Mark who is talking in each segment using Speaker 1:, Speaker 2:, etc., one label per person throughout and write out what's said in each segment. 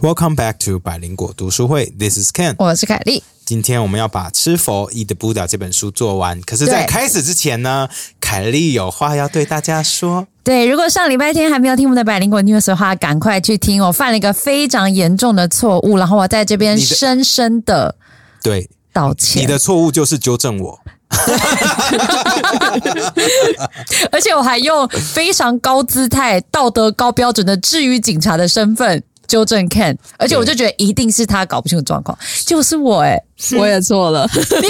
Speaker 1: Welcome back to 百灵果读书会，This is Ken。
Speaker 2: 我是凯莉。
Speaker 1: 今天我们要把《吃佛 Eat Buddha》这本书做完，可是，在
Speaker 2: 对
Speaker 1: 开始之前呢，凯莉有话要对大家说。
Speaker 2: 对，如果上礼拜天还没有听我们的百灵果 news 的话，赶快去听。我犯了一个非常严重的错误，然后我在这边
Speaker 1: 你的
Speaker 2: 深深的
Speaker 1: 对，
Speaker 2: 道
Speaker 1: 你
Speaker 2: 歉，
Speaker 1: 的错误就是纠正我。
Speaker 2: 而且我还用非常高姿态、道德高标准的治愈警察的身份纠正 Ken，而且我就觉得一定是他搞不清楚状况，就是我哎、
Speaker 3: 我也错 了，
Speaker 2: 你也错了、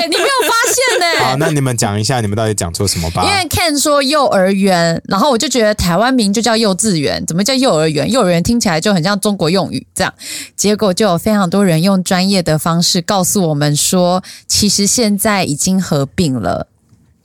Speaker 2: 欸你没有发现欸呢、
Speaker 1: 好，那你们讲一下，你们到底讲错什么吧
Speaker 2: 因？为 Ken 说幼儿园，然后我就觉得台湾名就叫幼稚园，怎么叫幼儿园？幼儿园听起来就很像中国用语这样。结果就有非常多人用专业的方式告诉我们说，其实现在已经合并了，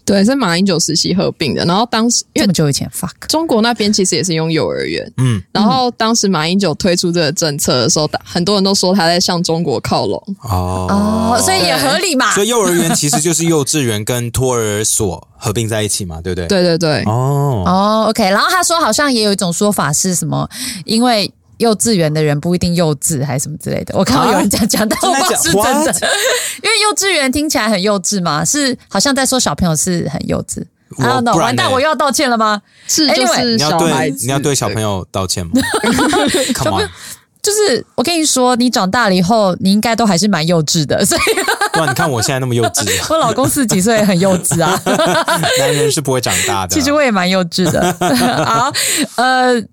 Speaker 3: 对，是马英九时期合并的。然后当时因
Speaker 2: 这
Speaker 3: 为
Speaker 2: 么久以前，fuck。
Speaker 3: 中国那边其实也是用幼儿园，
Speaker 1: 嗯，
Speaker 3: 然后当时马英九推出这个政策的时候，很多人都说他在向中国靠拢。
Speaker 1: 哦
Speaker 2: 哦，所以也合理嘛。
Speaker 1: 所以幼儿园其实就是幼稚园跟托儿所合并在一起嘛，对不对？。
Speaker 3: 对对对，
Speaker 1: 哦，
Speaker 2: 哦，OK。然后他说，好像也有一种说法是什么，因为。幼稚园的人不一定幼稚，还是什么之类的。我看到有人这样讲，但我不知道是
Speaker 1: 啊真的假
Speaker 2: 真的
Speaker 1: ？What？，
Speaker 2: 因为幼稚园听起来很幼稚嘛，是好像在说小朋友是很幼稚。
Speaker 1: 我
Speaker 2: I don't know，
Speaker 1: 不然
Speaker 2: 完蛋，
Speaker 1: 呢
Speaker 2: 我又要道歉了吗？
Speaker 3: 是就
Speaker 2: Anyway
Speaker 3: 是
Speaker 1: 你要
Speaker 3: 小孩
Speaker 1: 对
Speaker 3: 子，
Speaker 1: 你要对小朋友道歉吗
Speaker 2: 小朋
Speaker 1: ？Come
Speaker 2: 友
Speaker 1: on，
Speaker 2: 就是我跟你说，你长大了以后，你应该都还是蛮幼稚的。所以
Speaker 1: 哇，你看我现在那么幼稚，
Speaker 2: 我老公四十几岁也很幼稚 啊，
Speaker 1: 男人是不会长大的。
Speaker 2: 其实我也蛮幼稚的。 好，呃，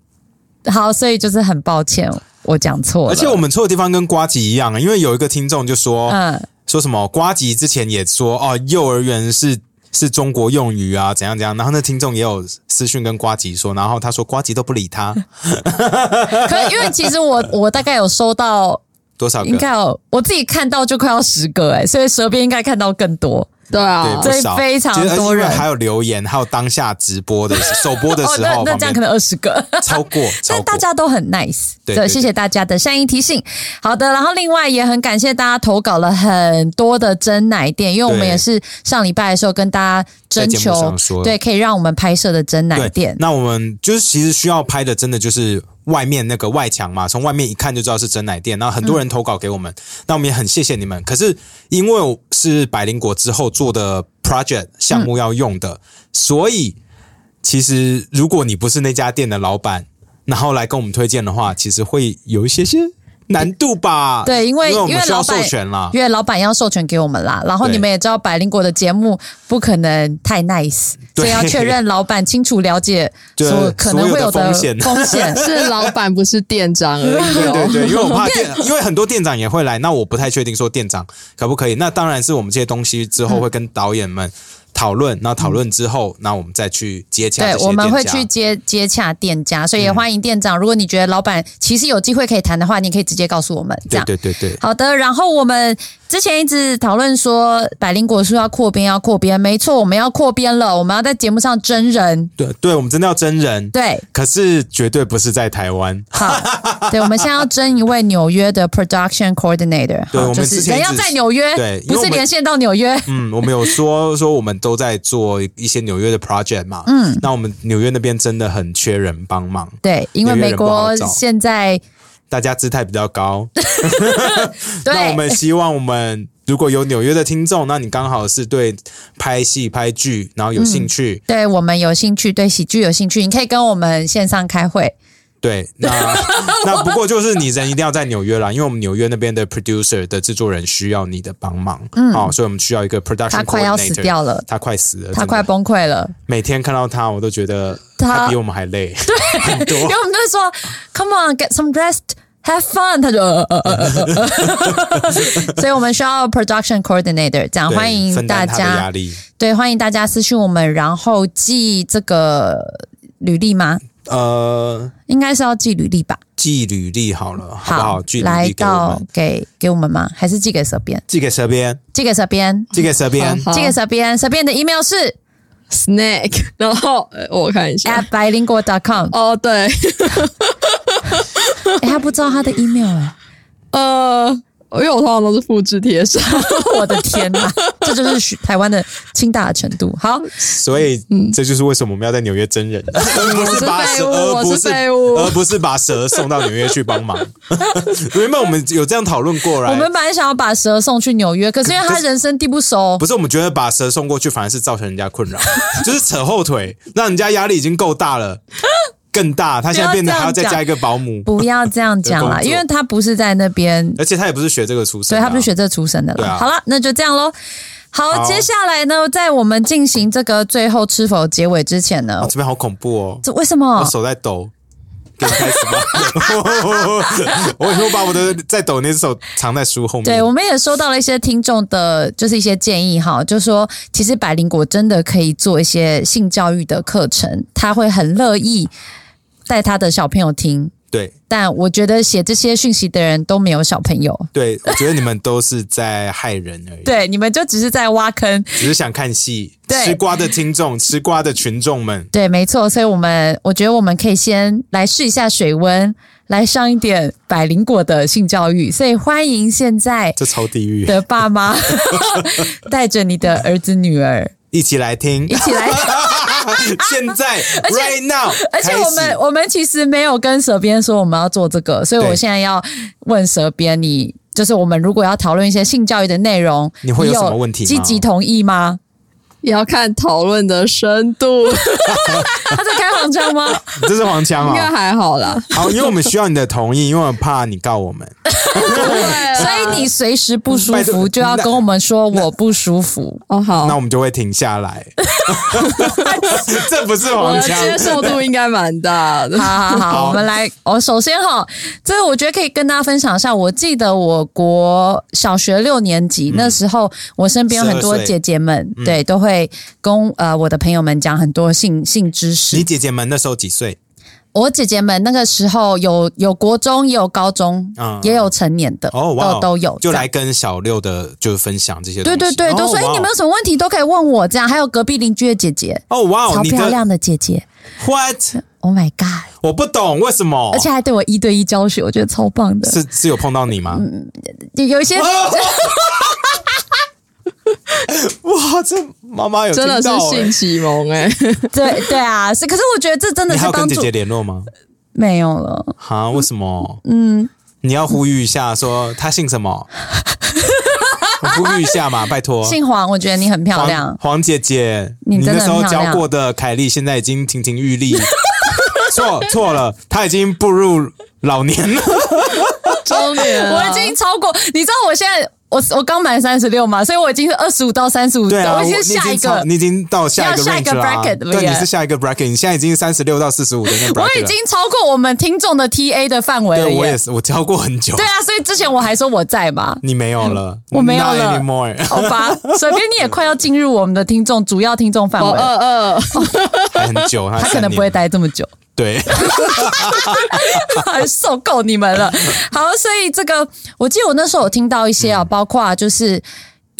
Speaker 2: 好，所以就是很抱歉，我讲错了。
Speaker 1: 而且我们错的地方跟瓜吉一样，因为有一个听众就说、
Speaker 2: 嗯，
Speaker 1: 说什么瓜吉之前也说哦，幼儿园是是中国用语啊，怎样怎样。然后那听众也有私讯跟瓜吉说，然后他说瓜吉都不理他，
Speaker 2: 可因为其实我我大概有收到，
Speaker 1: 多少个
Speaker 2: 应该有我自己看到就快要十个哎、所以舌边应该看到更多。
Speaker 3: 对
Speaker 1: 对
Speaker 3: 啊。
Speaker 1: 不，少，
Speaker 2: 哦所以非常
Speaker 1: 其实而且
Speaker 2: 多人
Speaker 1: 因为还有留言，还有当下直播的 首播的
Speaker 2: 哦，
Speaker 1: 时
Speaker 2: 那
Speaker 1: 候，
Speaker 2: 那这样可能二十个。
Speaker 1: 超过，超
Speaker 2: 但
Speaker 1: 过
Speaker 2: 大家都很 nice，
Speaker 1: 对对
Speaker 2: 对
Speaker 1: 对
Speaker 2: 谢谢大家的善意提醒。好的，然后另外也很感谢大家投稿了很多的真奶店，因为我们
Speaker 1: 对
Speaker 2: 也是上礼拜的时候跟大家征
Speaker 1: 在节目
Speaker 2: 求
Speaker 1: 上说，
Speaker 2: 对，可以让我们拍摄的真奶
Speaker 1: 对
Speaker 2: 店，。
Speaker 1: 那我们就是其实需要拍的，真的就是外面那个外墙嘛，从外面一看就知道是真奶店。然后很多人投稿给我们，那我们也很谢谢你们。可是因为是百灵果之后做的 project 项目要用的，所以其实如果你不是那家店的老板，然后来跟我们推荐的话，其实会有一些些难度吧？
Speaker 2: 对因为
Speaker 1: 因我们
Speaker 2: 因为
Speaker 1: 需要
Speaker 2: 老板
Speaker 1: 授权啦。
Speaker 2: 因为老板要授权给我们啦，然后
Speaker 1: 对
Speaker 2: 你们也知道百灵果的节目不可能太 nice，
Speaker 1: 对
Speaker 2: 所以要确认老板清楚了解
Speaker 1: 对
Speaker 2: 所可能会有
Speaker 1: 所有的
Speaker 2: 的
Speaker 1: 风险
Speaker 2: 风险
Speaker 3: 是老板不是店长而
Speaker 2: 哎
Speaker 3: 已
Speaker 1: 对
Speaker 3: 哦。
Speaker 1: 对对，因为我怕 店，因为很多店长也会来，那我不太确定说店长可不可以。那当然是我们这些东西之
Speaker 2: 嗯
Speaker 1: 后会跟导演们讨论，那讨论之后，那我们再去接洽这 些，
Speaker 2: 对
Speaker 1: 店家。
Speaker 2: 我们会去接接洽店家，所以也欢迎店长。如果你觉得老板其实有机会可以谈的话，你可以直接告诉我们。这
Speaker 1: 对
Speaker 2: 样
Speaker 1: 对对对，
Speaker 2: 好的，然后我们之前一直讨论说百灵果树要扩编，要扩编，没错，我们要扩编了，我们要在节目上真人，
Speaker 1: 对对，我们真的要真人，
Speaker 2: 对，
Speaker 1: 可是绝对不是在台湾。
Speaker 2: 好，对，我们现在要征一位纽约的 production coordinator，
Speaker 1: 对
Speaker 2: 好
Speaker 1: 我们
Speaker 2: 就是
Speaker 1: 之前
Speaker 2: 人
Speaker 1: 一
Speaker 2: 要
Speaker 1: 直
Speaker 2: 在纽约，
Speaker 1: 对因为
Speaker 2: 不
Speaker 1: 我
Speaker 2: 是
Speaker 1: 们
Speaker 2: 连线到纽约，
Speaker 1: 嗯，我们 有说说我们都在做一些纽约的 project 嘛，嗯，那我们纽约那边真的很缺人帮忙，
Speaker 2: 对，因为
Speaker 1: 纽约人
Speaker 2: 美
Speaker 1: 不好
Speaker 2: 国
Speaker 1: 找
Speaker 2: 现在
Speaker 1: 大家姿态比较高，那我
Speaker 2: 对。
Speaker 1: 们希望我们如果有纽约的听众，那你刚好是对拍戏、拍剧，然后有兴趣，
Speaker 2: 对我们有兴趣，对喜剧有兴趣，你可以跟我们线上开会。
Speaker 1: 对， 那那不过就是你人一定要在纽约啦，因为我们纽约那边的 producer 的制作人需要你的帮忙，嗯，好、所以我们需要一个 production
Speaker 2: 他快要死
Speaker 1: coordinator
Speaker 2: 掉了，
Speaker 1: 他快死了，
Speaker 2: 他
Speaker 1: 真的
Speaker 2: 快崩溃了。
Speaker 1: 每天看到他，我都觉得
Speaker 2: 他
Speaker 1: 他比我们还 累，很
Speaker 2: 因
Speaker 1: 多
Speaker 2: 为。我们就说 “Come on, get some rest, have fun”，他就呃呃呃呃呃呃，所以我们需要 production coordinator，这样
Speaker 1: 对
Speaker 2: 欢迎
Speaker 1: 分
Speaker 2: 大
Speaker 1: 担他的压
Speaker 2: 家，
Speaker 1: 力，
Speaker 2: 对，欢迎大家私讯我们，然后寄这个履历吗？
Speaker 1: 呃，
Speaker 2: 应该是要寄履历吧？
Speaker 1: 寄履历好了，好不好？寄履
Speaker 2: 来
Speaker 1: 历给我
Speaker 2: 到
Speaker 1: 们，
Speaker 2: 给给我们吗？还是寄给蛇边？
Speaker 1: 寄给蛇边，
Speaker 2: 寄给蛇边，
Speaker 1: 寄给蛇边，
Speaker 3: 好
Speaker 2: 寄给蛇边，蛇边的 email 是
Speaker 3: Snack，然 后呃我看一下
Speaker 2: at，白灵果 .com。
Speaker 3: 哦对，
Speaker 2: 哎，他不知道他的 email 哎，
Speaker 3: 呃，因为我通常都是复制贴上。
Speaker 2: 我的天哪，这就是许台湾的清大的程度。好，
Speaker 1: 所以、
Speaker 2: 嗯
Speaker 1: 这就是为什么我们要在纽约真人，而不是把蛇，而
Speaker 3: 我
Speaker 1: 不
Speaker 3: 是
Speaker 1: 是
Speaker 3: 废物我是废物
Speaker 1: 而不是把蛇送到纽约去帮 忙。原本我们有这样讨论过来，
Speaker 2: 我们本来想要把蛇送去纽约，可是因为他人生地不熟，
Speaker 1: 不是我们觉得把蛇送过去反而是造成人家困 扰，就是扯后腿，让人家压力已经够大了，更大，他现在变得还要再加一个保姆，
Speaker 2: 不要这样讲
Speaker 1: 有工
Speaker 2: 啦，
Speaker 1: 作
Speaker 2: 因为他不是在那边，
Speaker 1: 而且他也不是学这个出身、
Speaker 2: 所以
Speaker 1: 啊，
Speaker 2: 他不是学这出身的
Speaker 1: 对
Speaker 2: 啦。
Speaker 1: 啊
Speaker 2: 好了，那就这样喽。好，
Speaker 1: 好
Speaker 2: 接下来呢，在我们进行这个最后吃否结尾之前呢
Speaker 1: 啊，，这边好恐怖哦，
Speaker 2: 这为什么
Speaker 1: 我？手在 抖。 给我开始吧！我以后把我的在抖那只手藏在书后面。
Speaker 2: 对，我们也收到了一些听众的，就是一些建议哈，就说其实百灵果真的可以做一些性教育的课程，他会很乐意带他的小朋友听。
Speaker 1: 对
Speaker 2: 但我觉得写这些讯息的人都没有小朋友，
Speaker 1: 对，我觉得你们都是在害人而已。，
Speaker 2: 对，你们就只是在挖坑。
Speaker 1: 只是想看戏。
Speaker 2: 对
Speaker 1: 吃瓜的听众，吃瓜的群众们，
Speaker 2: 对，没错，所以我们我觉得我们可以先来试一下水温，来上一点百灵果的性教育。所以欢迎现在
Speaker 1: 这超地狱，
Speaker 2: 的爸妈 带着你的儿子女儿
Speaker 1: 一起来 听
Speaker 2: 一。起来。
Speaker 1: 现在，right now，
Speaker 2: 啊而且我
Speaker 1: 开
Speaker 2: 们
Speaker 1: 始
Speaker 2: 我们其实没有跟蛇边说我们要做这个，所以我
Speaker 1: 对
Speaker 2: 现在要问蛇边你，就是我们如果要讨论一些性教育的内容，
Speaker 1: 你会有什么问题吗
Speaker 2: 积极同 意吗？
Speaker 3: 也要看讨论的深度，
Speaker 2: 他在开黄 腔吗？
Speaker 1: 这是黄腔
Speaker 3: 应该
Speaker 1: 哦。
Speaker 3: 还好 啦。
Speaker 1: 好，因为我们需要你的同意，因为我怕你告我 们。
Speaker 2: 所以你随时不舒
Speaker 1: 拜
Speaker 2: 服
Speaker 1: 托
Speaker 2: 就要跟我们说我不舒服。
Speaker 3: 哦
Speaker 1: 那我
Speaker 3: 好，
Speaker 1: 们就会停下 来。 这不是
Speaker 3: 我
Speaker 1: 黄
Speaker 3: 的
Speaker 1: 腔，
Speaker 3: 接受度应该蛮大
Speaker 1: 啊
Speaker 3: 的。
Speaker 2: 好好好，
Speaker 1: 好
Speaker 2: 我们来。哦，首先哈，这个我觉得可以跟大家分享一下。我记得我国小学六年级、那时候，我身边很多
Speaker 1: 嗯12岁嗯
Speaker 2: 姐姐们，对，都会跟呃我的朋友们讲很多性性知识。
Speaker 1: 你姐姐们那时候几岁？
Speaker 2: 我姐姐们那个时候有有国中，也有高中，
Speaker 1: 嗯
Speaker 2: 也有成年的，
Speaker 1: 哦，哇
Speaker 2: 都
Speaker 1: 哦，
Speaker 2: 都有，
Speaker 1: 就
Speaker 2: 这样
Speaker 1: 来。跟小六的就是分享这些东
Speaker 2: 对
Speaker 1: 西。
Speaker 2: 对对，
Speaker 1: 哦
Speaker 2: 都说哎，
Speaker 1: 哇哦
Speaker 2: 你们有什么问题都可以问我，这样。还有隔壁邻居的姐姐，
Speaker 1: 哦哇哦，
Speaker 2: 超
Speaker 1: 你
Speaker 2: 漂
Speaker 1: 的
Speaker 2: 亮的姐姐
Speaker 1: what？
Speaker 2: ，Oh my god！
Speaker 1: 我不懂为什么，
Speaker 2: 而且还对我一对一教学，我觉得超棒的。
Speaker 1: 哦是是有碰到你吗？
Speaker 2: 有有一些
Speaker 1: 哇，这妈妈有
Speaker 3: 真的
Speaker 1: 听
Speaker 3: 是
Speaker 1: 到欸
Speaker 3: 性启蒙哎、
Speaker 2: 对对啊，是，可是我觉得这真的
Speaker 1: 你还有
Speaker 2: 是帮
Speaker 1: 跟姐
Speaker 2: 助
Speaker 1: 姐联络吗？
Speaker 2: 没有了。
Speaker 1: 哈，为什么？嗯，你要呼吁一下，说她姓什 么？呼吁一下嘛，拜托。
Speaker 2: 姓黄，我觉得你很漂
Speaker 1: 黄
Speaker 2: 亮，
Speaker 1: 黄姐姐，
Speaker 2: 你
Speaker 1: 你
Speaker 2: 真的
Speaker 1: 那时候
Speaker 2: 很漂亮
Speaker 1: 教过的凯莉，现在已经亭亭玉立。 错错了，她已经步入老年 了。
Speaker 3: 中年了
Speaker 2: 我已经超过，你知道我现在我我刚满三十六嘛，所以我已经是二十五到三十五，
Speaker 1: 对啊，
Speaker 2: 我
Speaker 1: 我
Speaker 2: 已
Speaker 1: 你
Speaker 2: 经
Speaker 1: 已
Speaker 2: 是下一
Speaker 1: 经
Speaker 2: 个
Speaker 1: 超，你已经到下一个
Speaker 2: 要下一个
Speaker 1: range 了啊。
Speaker 2: bracket 了
Speaker 1: 对，
Speaker 2: 耶
Speaker 1: 你是下一个 bracket，你现在已经三十六到四十五的那个 bracket
Speaker 2: 我
Speaker 1: 了。
Speaker 2: 已经超过我们听众的 TA 的范围了
Speaker 1: 对我
Speaker 2: 耶
Speaker 1: 也。是，我教过很久
Speaker 2: 哎对。啊，所以之前我还说我在嘛
Speaker 1: ，你没有了，
Speaker 2: 我没有
Speaker 1: Not
Speaker 2: 了
Speaker 1: anymore。
Speaker 2: 好吧，小编你也快要进入我们的听众主要听众范
Speaker 3: 我
Speaker 2: 围了，
Speaker 3: 二二，
Speaker 1: 还哦哎很久，他
Speaker 2: 他可能不会待这么 久。
Speaker 1: 对，
Speaker 2: 受够你们了。好，所以这个我记得我那时候有听到一些啊，
Speaker 1: 嗯
Speaker 2: 包括就是。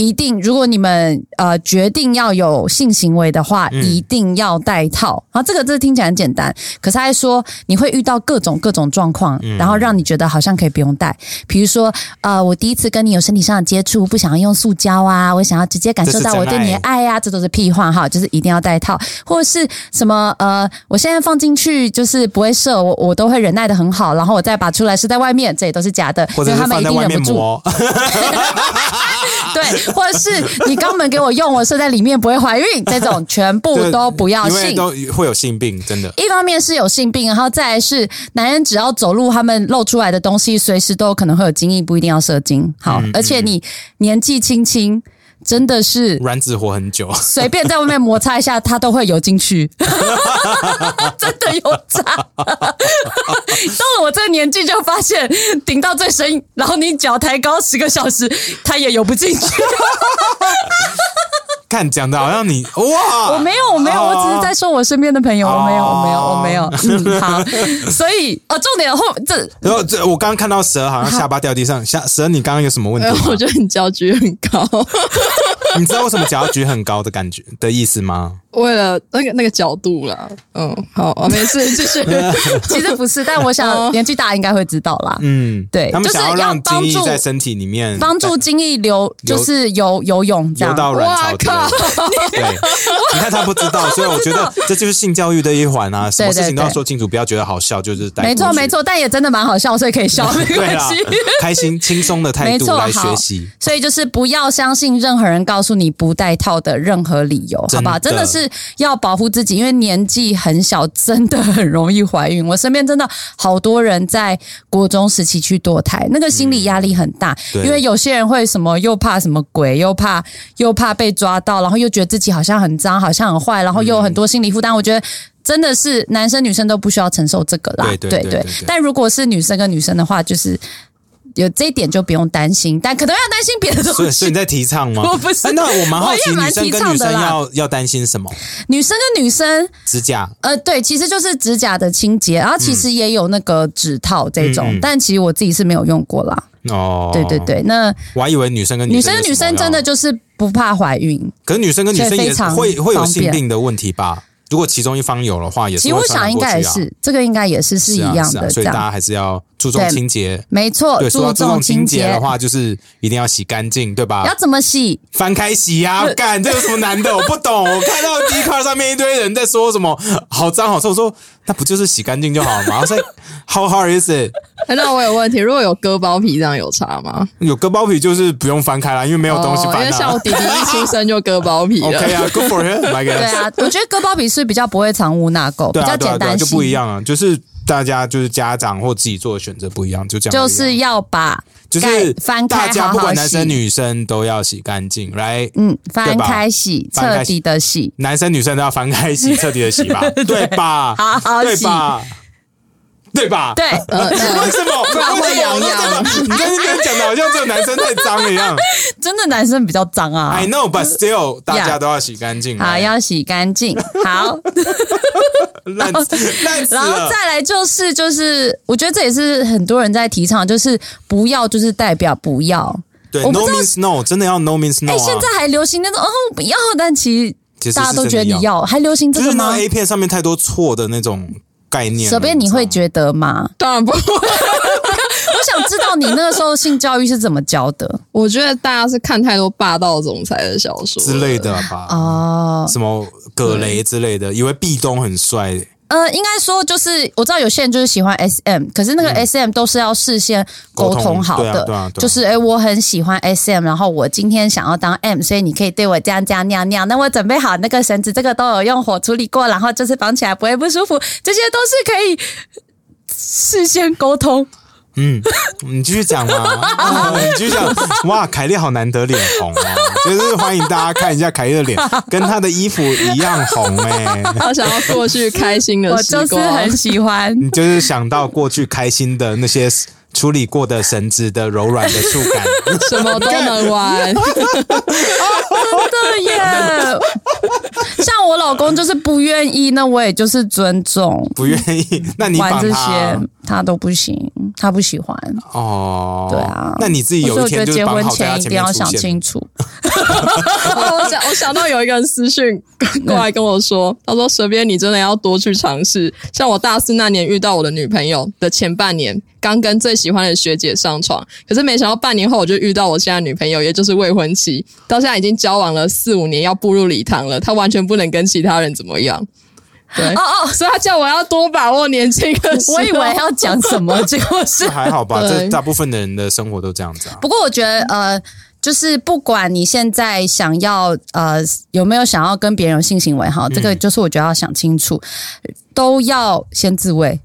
Speaker 2: 一定，如果你们呃决定要有性行为的话，
Speaker 1: 嗯
Speaker 2: 一定要戴套。然后这个这听起来很简单，可是他还说你会遇到各种各种状况，
Speaker 1: 嗯
Speaker 2: 然后让你觉得好像可以不用戴。比如说，呃，我第一次跟你有身体上的接触，不想要用塑胶啊，我想要直接感受到我对你的爱呀、这都是屁话哈，就是一定要戴套，或者是什么呃，我现在放进去就是不会射，我我都会忍耐的很好，然后我再拔出来是在外面，这也都是假的，
Speaker 1: 或者
Speaker 2: 因
Speaker 1: 是
Speaker 2: 为他们
Speaker 1: 放
Speaker 2: 一
Speaker 1: 在
Speaker 2: 定
Speaker 1: 外
Speaker 2: 忍
Speaker 1: 面
Speaker 2: 不住。
Speaker 1: 磨，啊
Speaker 2: 对，或者是你肛门给我用，我射在里面不会怀孕，这种全部都不 要
Speaker 1: 因为
Speaker 2: 信。
Speaker 1: 都会有性病，真的。
Speaker 2: 一方面是有性病，然后再来是男人只要走路，他们露出来的东西随时都有可能会有精液，不一定要射精。好，
Speaker 1: 嗯
Speaker 2: 而且你年纪轻轻，真的是
Speaker 1: 卵子活很久，
Speaker 2: 随便在外面摩擦一下，它都会游进去， 真的有差。到了我这个年纪，就发现顶到最深，然后你脚抬高十个小时，它也游不进去。
Speaker 1: 看讲的好像你哇，
Speaker 2: 我没有，我没有，
Speaker 1: 哦
Speaker 2: 我只是在说我身边的朋友，我没有，我没有，我没有。嗯，好，所以哦，重点后这
Speaker 1: 然后这我刚刚看到蛇好像下巴掉地上，下蛇你刚刚有什么问题
Speaker 3: 呃
Speaker 1: 吗
Speaker 3: 我？ 觉得你焦距很高，
Speaker 1: 你知道为什么脚要举很高的感觉的意思吗？
Speaker 3: 为了那个那个角度啦，嗯，好，啊、没 事，继续。
Speaker 2: 其实不是， 但我想
Speaker 3: 哦
Speaker 2: 年纪大应该会知道啦。
Speaker 1: 嗯，
Speaker 2: 对
Speaker 1: 他们
Speaker 2: 就是
Speaker 1: 想
Speaker 2: 要
Speaker 1: 让
Speaker 2: 帮
Speaker 1: 精
Speaker 2: 助
Speaker 1: 液在身体里面
Speaker 2: 帮助精益流，
Speaker 1: 流
Speaker 2: 就是游游泳这
Speaker 1: 游
Speaker 2: 样。
Speaker 1: 到卵巢
Speaker 3: 哇
Speaker 1: 之类的。 对，你看他不知道，所以我觉得这就是性教育的一环啊，什么
Speaker 2: 对对
Speaker 1: 事情都要
Speaker 2: 对
Speaker 1: 说清楚，不要觉得好笑，就是带
Speaker 2: 没错
Speaker 1: 过去
Speaker 2: 没，错，但也真的蛮好笑，所以可以笑，没
Speaker 1: 对啊
Speaker 2: 关
Speaker 1: 啦
Speaker 2: 系。，
Speaker 1: 开心轻松的态
Speaker 2: 没
Speaker 1: 度
Speaker 2: 错
Speaker 1: 来
Speaker 2: 好
Speaker 1: 学习。
Speaker 2: 所以就是不要相信任何人告诉你不戴套的任何理由，
Speaker 1: 真
Speaker 2: 好不好？真的
Speaker 1: 的
Speaker 2: 是要保护自己，因为年纪很小，真的很容易怀孕。我身边真的好多人在国中时期去堕胎，那个心理压力很大，
Speaker 1: 嗯对
Speaker 2: 因为有些人会什么又怕什么鬼，又怕又怕被抓到，然后又觉得自己好像很脏，好像很坏，然后又有
Speaker 1: 嗯
Speaker 2: 很多心理负担。我觉得。真的是男生女生都不需要承受这个啦，
Speaker 1: 对对对对对
Speaker 2: 但如果是女生跟女生的话，就是有这一点就不用担心，但可能要担心别的
Speaker 1: 所
Speaker 2: 东
Speaker 1: 以，所以
Speaker 2: 西
Speaker 1: 你。在提倡吗？
Speaker 2: 我不是
Speaker 1: 哎那我蛮好奇，
Speaker 2: 我也蛮
Speaker 1: 女生
Speaker 2: 提
Speaker 1: 跟
Speaker 2: 倡
Speaker 1: 女
Speaker 2: 的
Speaker 1: 生
Speaker 2: 啦
Speaker 1: 要要担心什么？
Speaker 2: 女生跟女生，
Speaker 1: 指甲
Speaker 2: 呃，对，其实就是指甲的清洁，然后其实也有那个指套这种，
Speaker 1: 嗯嗯
Speaker 2: 但其实我自己是没有用过啦。
Speaker 1: 哦，
Speaker 2: 对对，对，那
Speaker 1: 我还以为女生跟
Speaker 2: 女
Speaker 1: 生
Speaker 2: 生
Speaker 1: 有
Speaker 2: 跟
Speaker 1: 什
Speaker 2: 女
Speaker 1: 么
Speaker 2: 生
Speaker 1: 要
Speaker 2: 真的，就是不怕怀孕，
Speaker 1: 可是女生跟女生
Speaker 2: 所以非
Speaker 1: 也
Speaker 2: 常
Speaker 1: 会会有
Speaker 2: 方便
Speaker 1: 性病的问题吧？如果其中一方有的话，也是
Speaker 2: 其实
Speaker 1: 会
Speaker 2: 我
Speaker 1: 传染
Speaker 2: 想应
Speaker 1: 过去啊
Speaker 2: 该也是，这个应该也是是一
Speaker 1: 是啊
Speaker 2: 样
Speaker 1: 是啊
Speaker 2: 的这
Speaker 1: 所以大
Speaker 2: 样。
Speaker 1: 家还是要注重
Speaker 2: 对
Speaker 1: 清洁。
Speaker 2: 没错，
Speaker 1: 对，说到
Speaker 2: 呃注
Speaker 1: 注重
Speaker 2: 重
Speaker 1: 清
Speaker 2: 清
Speaker 1: 洁的
Speaker 2: 洁。
Speaker 1: 话，就是一定要洗干净，对吧
Speaker 2: 要？怎么洗？
Speaker 1: 翻开洗呀、干，这有什么难的？我不懂。我看到 d c a r 上面一堆人在说什么好脏好臭，我说那不就是洗干净就好了吗？所以 How hard is it？
Speaker 3: 哎 那我有问题，如果有割包皮，这样有差吗？
Speaker 1: 有割包皮就是不用翻开啦，因为没有东西
Speaker 3: 哦因
Speaker 1: 翻
Speaker 3: 为像
Speaker 1: 啊。
Speaker 3: 我弟弟一出生就割包皮了。
Speaker 1: OK 啊，Good for him，I
Speaker 2: 对
Speaker 1: guess。
Speaker 2: 啊，我觉得割包皮是比较不会藏污纳垢，比
Speaker 1: 对
Speaker 2: 较
Speaker 1: 啊，对啊，
Speaker 2: 简
Speaker 1: 对
Speaker 2: 单
Speaker 1: 啊，就
Speaker 2: 洗
Speaker 1: 不一，样啊，就是大家就是家长或自己做的选择不一样，就这样而已啊。
Speaker 2: 就是要把
Speaker 1: 就是
Speaker 2: 盖翻
Speaker 1: 大
Speaker 2: 开好
Speaker 1: 家
Speaker 2: 好
Speaker 1: 不管男生
Speaker 2: 洗
Speaker 1: 女生都要洗干净，right？
Speaker 2: 嗯翻
Speaker 1: 对吧
Speaker 2: 开洗，
Speaker 1: 翻开
Speaker 2: 彻底的洗。
Speaker 1: 男生女生都要翻开洗，彻底的洗 吧，对吧？
Speaker 2: 好好
Speaker 1: 对
Speaker 2: 洗
Speaker 1: 吧？对吧？
Speaker 2: 对，
Speaker 3: 呃， 那
Speaker 1: 为什 么？
Speaker 3: 不然会痒痒？
Speaker 1: 你在那边讲的好像只有男生太脏一 样。
Speaker 2: 真的男生比较脏啊。
Speaker 1: I 哎 know, but still，大家都要洗干净。啊
Speaker 2: 好，要洗 干净。好，
Speaker 1: 烂烂死
Speaker 2: 然后
Speaker 1: 了。
Speaker 2: 再来就是就是，我觉得这也是很多人在提倡，就是不要，就是代表不要。
Speaker 1: 对
Speaker 2: 我不
Speaker 1: ，No means no，真的要 No means no
Speaker 2: 哎、现
Speaker 1: 啊
Speaker 2: 在！还流行那种，嗯，不要，但其
Speaker 1: 其
Speaker 2: 实
Speaker 1: 实
Speaker 2: 大家都觉得
Speaker 1: 是真的
Speaker 2: 你要，还流行这
Speaker 1: 就是
Speaker 2: 个
Speaker 1: 那
Speaker 2: 吗
Speaker 1: 个？A 啊片上面太多错的那种概念了。
Speaker 2: 小编，你会觉得吗
Speaker 3: 当然不会。
Speaker 2: 我想知道你那个时候性教育是怎么教的
Speaker 3: 我觉得大家是看太多霸道总裁的小说
Speaker 1: 你知道吗之类。的吧？
Speaker 2: 哦。
Speaker 1: 什么葛雷之类的，以为壁咚很帅，
Speaker 2: 呃，应该说就是我知道有些人就是喜欢 SM，可是那个 SM 都是要事先沟通好
Speaker 1: 嗯沟通对
Speaker 2: 的，
Speaker 1: 啊对啊对啊
Speaker 2: 就是哎、诶我很喜欢 SM，然后我今天想要当 M，所以你可以对我这样这样那样那样。那我准备好那个绳子，这个都有用火处理过，然后就是绑起来不会不舒服，这些都是可以事先沟 通。
Speaker 1: 嗯，你继续讲嘛， 啊你继续讲。哇，凯莉好难得脸红啊，就是欢迎大家看一下凯莉的脸，跟她的衣服一样红哎、
Speaker 3: 他想要过去开心的
Speaker 2: 我
Speaker 3: 时
Speaker 2: 就是
Speaker 3: 光，
Speaker 2: 很喜 欢。
Speaker 1: 你就是想到过去开心的那些处理过的绳子的柔软的触感，
Speaker 3: 什么都 能玩。
Speaker 2: 哦真的耶！像我老公就是不愿意，那我也就是尊重。
Speaker 1: 不愿意，那你
Speaker 2: 玩
Speaker 1: 绑
Speaker 2: 这
Speaker 1: 他
Speaker 2: 些他都不行，他不喜欢。
Speaker 1: 哦，
Speaker 2: 对啊
Speaker 1: 那你自己
Speaker 2: 所以
Speaker 1: 有
Speaker 2: 我
Speaker 1: 一
Speaker 2: 觉
Speaker 1: 天
Speaker 2: 得
Speaker 1: 就是
Speaker 2: 结
Speaker 1: 绑
Speaker 2: 婚
Speaker 1: 好在他
Speaker 2: 前一
Speaker 1: 前
Speaker 2: 定
Speaker 1: 面
Speaker 2: 要
Speaker 1: 出
Speaker 2: 想
Speaker 1: 现，
Speaker 2: 清楚。
Speaker 3: 哦 我想我想到有一个人私讯过来跟我 说，他说：“蛇边，你真的要多去尝试。像我大四那年遇到我的女朋友的前半年，刚跟最喜欢的学姐上床，可是没想到半年后我就遇到我现在的女朋友，也就是未婚妻， 到现在已经交往了四五年，要步入礼堂了。她完全不能跟其他人怎么样。”对
Speaker 2: 哦哦，
Speaker 3: 所以他叫我要多把握年轻的时候。
Speaker 2: 我以为要讲什 么，结果是
Speaker 1: 这还好吧？
Speaker 3: 对
Speaker 1: 这大部分的人的生活都这样子啊。
Speaker 2: 不过我觉得呃，就是不管你现在想要呃有没有想要跟别人有性行为哈，
Speaker 1: 嗯
Speaker 2: 这个就是我觉得要想清楚，都要先自慰。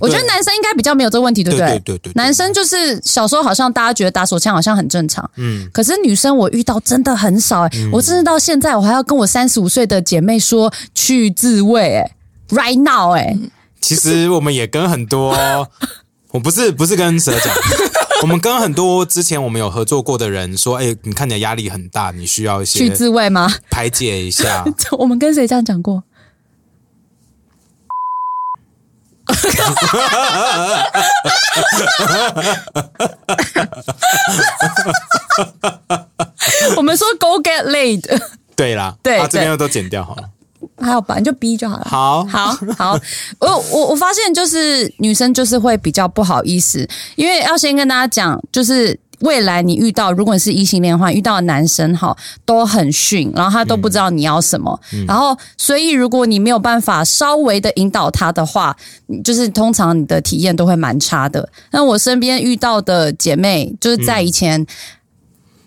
Speaker 2: 我觉得
Speaker 1: 对
Speaker 2: 男生应该比较没有这个问题，对不
Speaker 1: 对对
Speaker 2: 对？
Speaker 1: 对对，
Speaker 2: 男生就是小时候好像大家觉得打手枪好像很正常，
Speaker 1: 嗯，
Speaker 2: 可是女生我遇到真的很少、欸，我真的到现在我还要跟我三十五岁的姐妹说去自慰、欸、，right now 哎、
Speaker 1: 嗯
Speaker 2: 欸，
Speaker 1: 其实我们也跟很 多，我不是不是跟蛇讲， 我们跟很多之前我们有合作过的人说，哎、你看起来压力很大，你需要一
Speaker 2: 去
Speaker 1: 些
Speaker 2: 自慰吗？
Speaker 1: 排解一下。
Speaker 2: 我们跟谁这样讲过？ 我们说 go get laid，
Speaker 1: 对啦，
Speaker 2: 对
Speaker 1: 啊、这边
Speaker 2: 对
Speaker 1: 啊又都剪掉好了。
Speaker 2: 还好吧，你就 B 就好了。
Speaker 1: 好，
Speaker 2: 好好，我我我发现就是女生就是会比较不好意思，因为要先跟大家讲，就是未来你遇到如果你是异性恋的话，遇到的男生哈都很逊，然后他都不知道你要什么，然后所以如果你没有办法稍微的引导他的话，就是通常你的体验都会蛮差的。那我身边遇到的姐妹，就是在以前。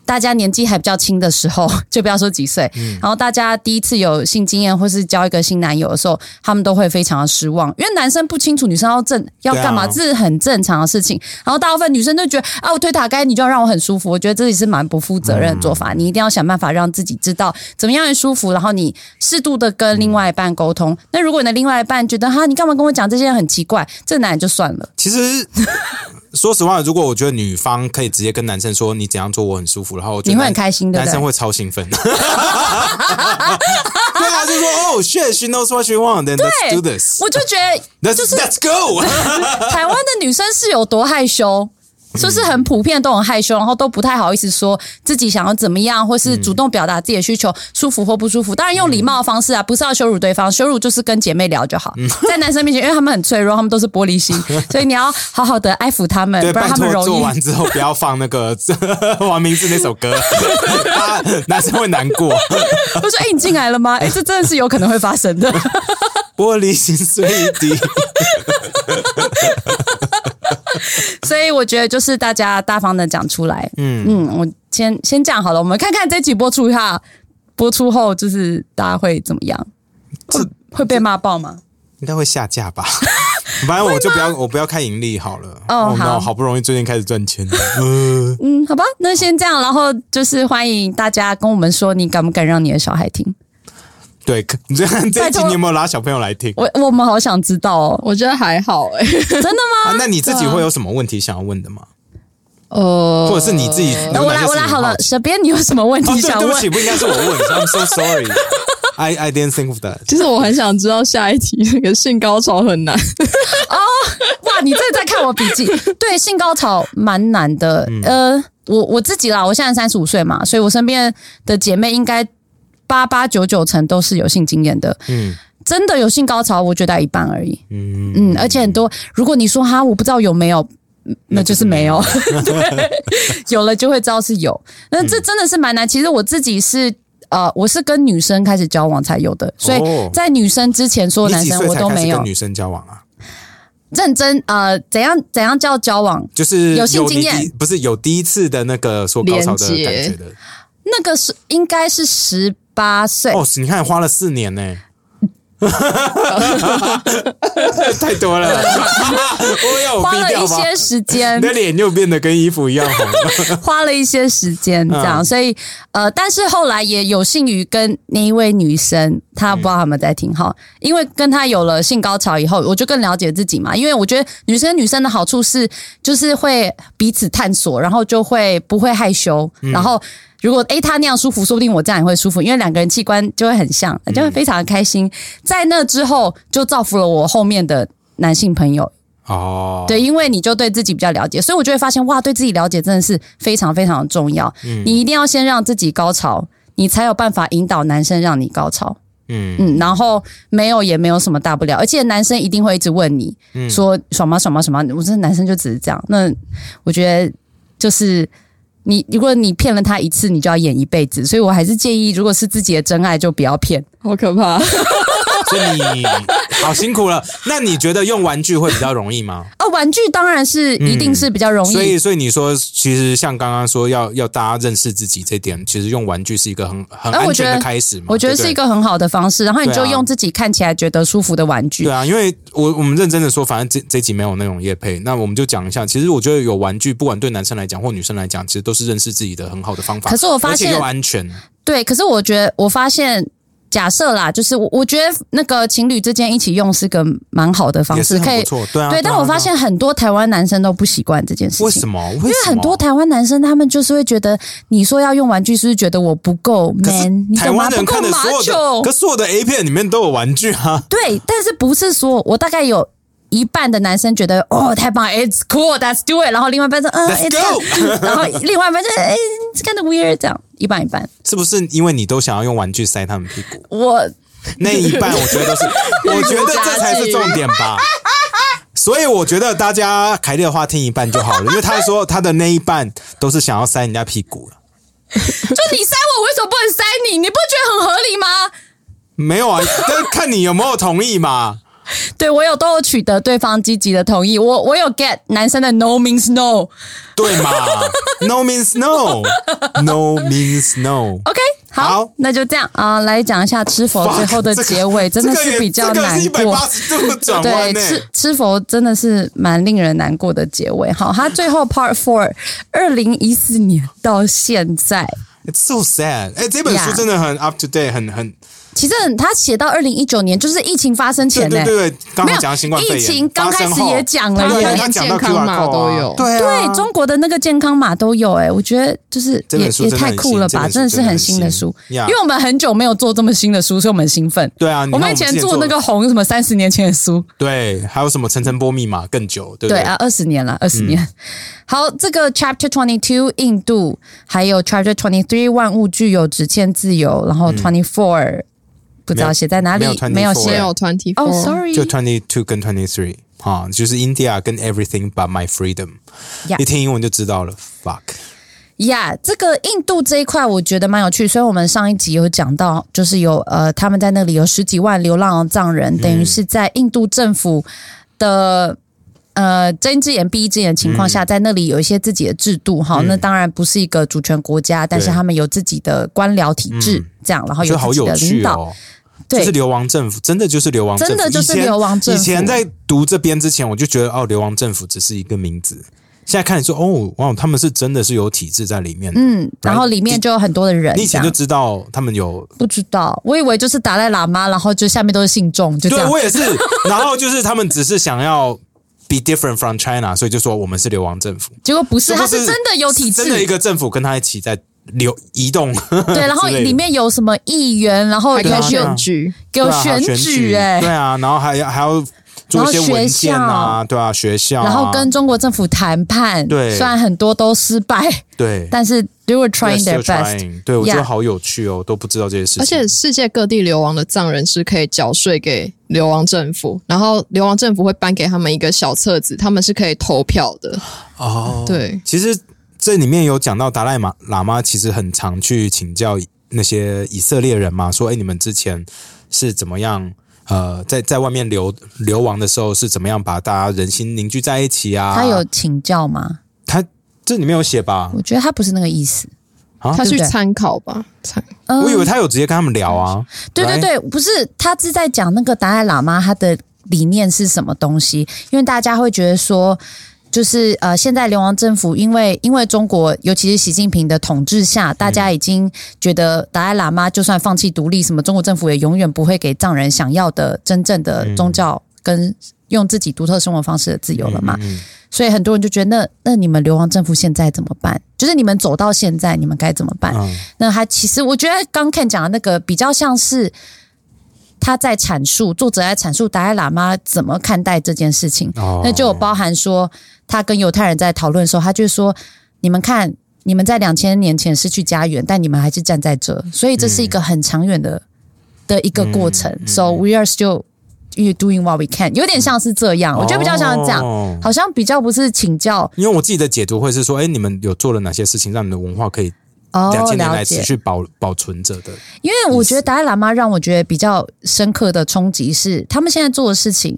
Speaker 2: 大家年纪还比较轻的时候， 就不要说几岁，
Speaker 1: 嗯
Speaker 2: 然后大家第一次有性经验或是交一个新男友的时候，他们都会非常的失望，因为男生不清楚女生要正要干嘛，
Speaker 1: 对啊
Speaker 2: 这是很正常的事情。然后大部分女生都觉得啊，我推打开你就要让我很舒服，我觉得这也是蛮不负责任的做法。
Speaker 1: 嗯
Speaker 2: 你一定要想办法让自己知道怎么样会舒服，然后你适度的跟另外一半沟
Speaker 1: 嗯
Speaker 2: 通。那如果你的另外一半觉得啊哈，你干嘛跟我讲这些很奇怪，这男人就算了。
Speaker 1: 其 实说实话，如果我觉得女方可以直接跟男生说你怎样做我很舒服，然后我觉得
Speaker 2: 你会
Speaker 1: 男
Speaker 2: 很开心对不对
Speaker 1: 男生会超兴 奋。对啊，就说哦、s h i t she knows what she wants, then let's
Speaker 2: 对
Speaker 1: do this.
Speaker 2: 我就觉得
Speaker 1: Let's
Speaker 2: 就是
Speaker 1: let's go.
Speaker 2: 台湾的女生是有多害羞？就是很普遍都很害羞，然后都不太好意思说自己想要怎么样，或是主动表达自己的需求，舒服或不舒服。当然用礼貌的方式啊，不是要羞辱对方，羞辱就是跟姐妹聊就好。
Speaker 1: 嗯
Speaker 2: 在男生面前，因为他们很脆弱，他们都是玻璃心， 所以你要好好的爱抚他们，
Speaker 1: 对，
Speaker 2: 不然
Speaker 1: 拜
Speaker 2: 他们
Speaker 1: 托做
Speaker 2: 容易
Speaker 1: 完之后不要放那个 王明志那首歌， 他男生会难过。
Speaker 2: 我说：“哎、你进来了吗？”哎、这真的是有可能会发生的。
Speaker 1: 玻璃心碎一地，
Speaker 2: 所以我觉得就是大家大方的讲出来。嗯嗯，我先先讲好了，我们看看这集播出一下，播出后就是大家会怎么样？会会被骂爆吗？
Speaker 1: 应该会下架吧。反正我就不要，我不要开盈利好了。Oh
Speaker 2: 哦好
Speaker 1: no，好不容易最近开始赚钱了，
Speaker 2: 嗯，好吧，那先这样，然后就是欢迎大家跟我们说，你敢不敢让你的小孩听？
Speaker 1: 对，可你这这一
Speaker 2: 拜
Speaker 1: 集
Speaker 2: 托
Speaker 1: 你有没有拉小朋友来听
Speaker 2: 我我们好想知道 哦，
Speaker 3: 我觉得还好哎、
Speaker 2: 真的吗？
Speaker 1: 啊？那你自己会有什么问题想要问的吗？
Speaker 3: 呃，
Speaker 1: 或者是你自己？
Speaker 2: 那我来我来好了，小编你有什么问
Speaker 1: 哦，
Speaker 2: 题
Speaker 1: 对，
Speaker 2: 想
Speaker 1: 对
Speaker 2: 问？
Speaker 1: 不起，不应该是我问。I'm so sorry. I I didn't think of that.
Speaker 3: 其实我很想知道下一题那个性高潮很难，
Speaker 2: 哇，你这在看我笔记？ 对，性高潮蛮难的。
Speaker 1: 嗯
Speaker 2: 呃，我我自己啦，我现在三十五岁嘛，所以我身边的姐妹应该八八九九成都是有性经验的。
Speaker 1: 嗯
Speaker 2: 真的有性高潮，我觉得一半而已。
Speaker 1: 嗯
Speaker 2: 嗯，而且很多，如果你说哈，我不知道有没有。那就是没有， 对，有了就会知道是有。那
Speaker 1: 嗯
Speaker 2: 这真的是蛮难。其实我自己是呃，我是跟女生开始交往才有的，所以
Speaker 1: 哦
Speaker 2: 在女生之前，所有
Speaker 1: 你
Speaker 2: 男
Speaker 1: 几
Speaker 2: 生
Speaker 1: 岁
Speaker 2: 我
Speaker 1: 才
Speaker 2: 都
Speaker 1: 开始
Speaker 2: 没有
Speaker 1: 跟女生交往啊？
Speaker 2: 认真。呃，怎样怎样叫交往？
Speaker 1: 就是
Speaker 2: 有性
Speaker 1: 你
Speaker 2: 经验
Speaker 1: 第不是有第一次的那个说高潮的感觉的
Speaker 2: 那个是应该是十八岁，
Speaker 1: 哦，你看花了四年呢、 太多了，我要我
Speaker 2: 花
Speaker 1: 逼
Speaker 2: 了
Speaker 1: 掉
Speaker 2: 一
Speaker 1: 吧。
Speaker 2: 些时间
Speaker 1: 你的，脸又变得跟衣服一样红了。
Speaker 2: 花了一些时间这样，所以呃，但是后来也有幸于跟那一位女生，她不知道她有没有在听哈，因为跟她有了性高潮以后，我就更了解自己嘛，因为我觉得女生跟女生的好处是，就是会彼此探索，然后就会不会害羞，然后。如果诶她那样舒服，说不定我这样也会舒服，因为两个人器官就会很像，就会非常的开心。在那之后，就造福了我后面的男性朋友，
Speaker 1: 哦，
Speaker 2: 对，因为你就对自己比较了解，所以我就会发现，哇，对自己了解真的是非常非常重要。你一定要先让自己高潮，你才有办法引导男生让你高潮。
Speaker 1: 嗯，
Speaker 2: 嗯，然后没有也没有什么大不了，而且男生一定会一直问你、嗯说爽吗爽吗爽吗，我这男生就只是这样。那我觉得就是你，如果你骗了他一次，你就要演一辈子。所以我还是建议，如果是自己的真爱，就不要骗。
Speaker 3: 好可怕。
Speaker 1: 所以你好辛苦了。那你觉得用玩具会比较容易吗？
Speaker 2: 啊，玩具当然是一定嗯是比较容易，
Speaker 1: 所以，所以你说，其实像刚刚说要要大家认识自己这点，其实用玩具是一个很很
Speaker 2: 啊
Speaker 1: 安
Speaker 2: 我觉
Speaker 1: 全
Speaker 2: 得
Speaker 1: 的开始嘛。
Speaker 2: 我觉得
Speaker 1: 嗯对不
Speaker 2: 是
Speaker 1: 对
Speaker 2: 一个很好的方式，然后你就
Speaker 1: 对啊
Speaker 2: 用自己看起来觉得舒服的玩具。
Speaker 1: 对啊，因为我我们认真的说，反正这这集没有那种夜配，那我们就讲一下。其实我觉得有玩具，不管对男生来讲或女生来讲，其实都是认识自己的很好的方法。
Speaker 2: 可是我发现
Speaker 1: 而且又安全，
Speaker 2: 对，可是我觉得我发现。假设啦，就是我我觉得那个情侣之间一起用是个蛮好的方
Speaker 1: 也
Speaker 2: 式，
Speaker 1: 是
Speaker 2: 可
Speaker 1: 很
Speaker 2: 以
Speaker 1: 不错。对啊，
Speaker 2: 对。但
Speaker 1: 啊
Speaker 2: 我发现很多台湾男生都不习惯这件事
Speaker 1: 对啊
Speaker 2: 情，
Speaker 1: 为什么？因
Speaker 2: 因为很多台湾男生他们就是会觉得你说要用玩具，是不是觉得我不够
Speaker 1: 可是
Speaker 2: man？你
Speaker 1: 台
Speaker 2: 懂吗？
Speaker 1: 湾人
Speaker 2: 不够
Speaker 1: 看的所有的，可
Speaker 2: macho。
Speaker 1: 是所有的 A 片里面都有玩具啊。
Speaker 2: 对，但是不是说我大概有一半的男生觉得哦太棒，it's cool，let's do it，然后另外一半说嗯
Speaker 1: Let's
Speaker 2: ，it's
Speaker 1: go
Speaker 2: 然后另外一半就哎，it's kind of weird，这样一半一半。
Speaker 1: 是不是因为你都想要用玩具塞他们屁股？
Speaker 2: 我
Speaker 1: 那一半我觉得都 是，我觉得这才是重点吧。所以我觉得大家凯莉的话听一半就好了，因为他说他的那一半都是想要塞人家屁股了。
Speaker 2: 就你塞我，我为什么不能塞你？你不觉得很合理吗？
Speaker 1: 没有啊，但看你有没有同意 嘛。
Speaker 2: 对我有都有取得对方积极的同意，我我有 get 男生的 no means no。
Speaker 1: 对嘛？No means no，No means no。
Speaker 2: OK，好，
Speaker 1: 好
Speaker 2: 那就这样啊、来讲一下吃佛最后的结尾，真的是比较难
Speaker 1: 一
Speaker 2: 过。
Speaker 1: 百八十度的转弯
Speaker 2: 对，
Speaker 1: 呢。
Speaker 2: 吃吃佛真的是蛮令人难过的结尾。好，他最后 Part Four，二零一四年到现在，
Speaker 1: It's so sad。哎，这本书
Speaker 2: Yeah
Speaker 1: 真的很 up to date，很很
Speaker 2: 其实很他写到二零一九年，就是疫情发生
Speaker 1: 对
Speaker 2: 前
Speaker 1: 对
Speaker 2: 呢、
Speaker 1: 对对。刚
Speaker 2: 没
Speaker 1: 刚
Speaker 2: 有
Speaker 1: 讲新冠肺
Speaker 2: 疫
Speaker 1: 炎
Speaker 2: 情
Speaker 1: 发
Speaker 2: 刚开
Speaker 1: 生
Speaker 2: 始
Speaker 1: 后，
Speaker 2: 也讲了
Speaker 1: 对，
Speaker 2: 耶，
Speaker 1: 他讲到
Speaker 3: 健康
Speaker 1: QR
Speaker 3: 码
Speaker 1: code
Speaker 3: 都
Speaker 1: 啊
Speaker 3: 有
Speaker 1: 对啊
Speaker 2: 对，中国的那个健康码都有哎、我觉得就是
Speaker 1: 这
Speaker 2: 也
Speaker 1: 本书
Speaker 2: 也
Speaker 1: 真的
Speaker 2: 太
Speaker 1: 很
Speaker 2: 酷
Speaker 1: 新
Speaker 2: 了
Speaker 1: 这
Speaker 2: 吧，
Speaker 1: 本书
Speaker 2: 真的是
Speaker 1: 真的
Speaker 2: 很
Speaker 1: 很
Speaker 2: 新的
Speaker 1: 新
Speaker 2: 书，因
Speaker 1: Yeah
Speaker 2: 为我们很久没有做这么新的书，所以我们很兴奋。
Speaker 1: 对啊你看
Speaker 2: 我们
Speaker 1: 我
Speaker 2: 以
Speaker 1: 们
Speaker 2: 前
Speaker 1: 之前
Speaker 2: 做
Speaker 1: 做
Speaker 2: 那个红什么三十年前的书，
Speaker 1: 对，还有什么层层波密码更久，对不嗯
Speaker 2: 对啊，二十年了，二十年。好，这个 Chapter Twenty Two 印度，还有 Chapter Twenty Three 万物具有直线自由，然后 Twenty Four 不知道写在哪里
Speaker 1: 嗯没有，
Speaker 2: 没有
Speaker 3: 没
Speaker 1: 24。
Speaker 2: 写
Speaker 3: 有 twenty
Speaker 2: 哦，sorry，
Speaker 1: 就 twenty two 跟 twenty three 啊，就是 India 跟 Everything but my freedom，
Speaker 2: Yeah
Speaker 1: 一听英文就知道了。Fuck，
Speaker 2: 呀这个印度这一块我觉得蛮有趣，所以我们上一集有讲到，就是有呃，他们在那里有十几万流浪藏人，等于是在印度政府的。呃，睁一只眼闭一只眼的情况
Speaker 1: 嗯
Speaker 2: 下，在那里有一些自己的制度哈、那当然不是一个主权国家，但是他们有自己的官僚体制，这样，然后
Speaker 1: 嗯我觉
Speaker 2: 哦有
Speaker 1: 得好
Speaker 2: 自己
Speaker 1: 有
Speaker 2: 的领
Speaker 1: 趣
Speaker 2: 导，
Speaker 1: 哦。
Speaker 2: 对
Speaker 1: 就是流亡政府，真的就是流亡政府。
Speaker 2: 真的就是流亡政府
Speaker 1: 以前以前在读这边之前，我就觉得哦，流亡政府只是一个名字。现在看你说哦，哇，他们是真的是有体制在里面的。
Speaker 2: 嗯，然后里面就有很多的人，
Speaker 1: 你以前就
Speaker 2: 这样
Speaker 1: 知道他们有，
Speaker 2: 不知道，我以为就是达赖喇嘛，然后就下面都是信众，就这
Speaker 1: 对
Speaker 2: 样
Speaker 1: 我也是。然后就是他们只是想要 be different from China，所以就说我们是流亡政府。
Speaker 2: 结果不是，
Speaker 1: 就
Speaker 2: 他
Speaker 1: 不
Speaker 2: 是真的有体制，
Speaker 1: 真的一个政府跟他一起在流移动。
Speaker 2: 对，然后
Speaker 1: 之类的
Speaker 2: 里面有什么议员，然后
Speaker 3: 还
Speaker 2: 有
Speaker 3: 可以
Speaker 1: 对啊
Speaker 3: 选举，
Speaker 2: 给我
Speaker 1: 对啊还有选
Speaker 2: 举哎、
Speaker 1: 对啊，然后还要还要做一些文件啊，对啊，学校啊，
Speaker 2: 然后跟中国政府谈判，
Speaker 1: 对
Speaker 2: 虽然很多都失 败，
Speaker 1: 对
Speaker 2: 但是 they were trying
Speaker 1: They're
Speaker 2: their
Speaker 1: still
Speaker 2: best。
Speaker 1: trying 对我觉
Speaker 2: Yeah
Speaker 1: 得好有趣哦，都不知道这些事情，
Speaker 3: 而且世界各地流亡的藏人是可以缴税给流亡政府，然后流亡政府会颁给他们一个小册子，他们是可以投票的。
Speaker 1: 哦，
Speaker 3: 对，
Speaker 1: 其实这里面有讲到达赖玛喇嘛其实很常去请教那些以色列人嘛，说哎，你们之前是怎么样？呃，在在外面流流亡的时候是怎么样把大家人心凝聚在一起啊？
Speaker 2: 他有请教吗？
Speaker 1: 他这里面有写吧？
Speaker 2: 我觉得他不是那个意思。
Speaker 1: 啊
Speaker 3: 他去
Speaker 2: 对不对
Speaker 3: 参考吧，参
Speaker 2: 嗯
Speaker 1: 我以为他有直接跟他们聊啊。
Speaker 2: 对对
Speaker 1: 来
Speaker 2: 对，不是，他是在讲那个达赖喇嘛他的理念是什么东西，因为大家会觉得说。就是呃，现在流亡政府因为因为中国，尤其是习近平的统治下，大家已经觉得达赖喇嘛就算放弃独立，什么中国政府也永远不会给藏人想要的真正的宗教跟用自己独特生活方式的自由了嘛。
Speaker 1: 嗯
Speaker 2: 所以很多人就觉得，那那你们流亡政府现在怎么办？就是你们走到现在，你们该怎么办？
Speaker 1: 嗯
Speaker 2: 那他其实我觉得刚 Ken 讲的那个比较像是他在阐述，作者在阐述达赖喇嘛怎么看待这件事情。
Speaker 1: 哦
Speaker 2: 那就有包含说，他跟犹太人在讨论的时候，他就说：你们看，你们在两千年前失去家园，但你们还是站在这，所以这是一
Speaker 1: 嗯
Speaker 2: 个很长远的、的一个过程。so we are still you doing what we can，有点像是这样，我觉得比较像是这样，
Speaker 1: 哦
Speaker 2: 好像比较不是请教
Speaker 1: 因为我自己的解读会是说，哎，你们有做了哪些事情，让你的文化可以
Speaker 2: 哦
Speaker 1: 两，千年
Speaker 2: 了
Speaker 1: 来持
Speaker 2: 解。
Speaker 1: 续保保存着的？
Speaker 2: 因为我觉得达赖喇嘛让我觉得比较深刻的冲击是，他们现在做的事情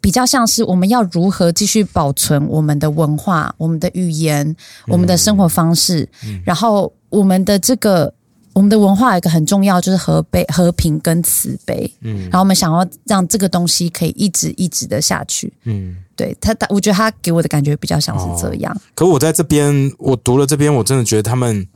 Speaker 2: 比较像是我们要如何继续保存我们的文化、我们的语
Speaker 1: 嗯
Speaker 2: 言、我们的生活方式，然后我们的这个。我们的文化有一个很重要，就是和悲、和平跟慈悲。嗯，然后我们想要让这个东西可以一直一直的下去。
Speaker 1: 嗯，哦
Speaker 2: 对他，他我觉得他给我的感觉比较像是这样。
Speaker 1: 可我在这边，我读了这边，我真的觉得他们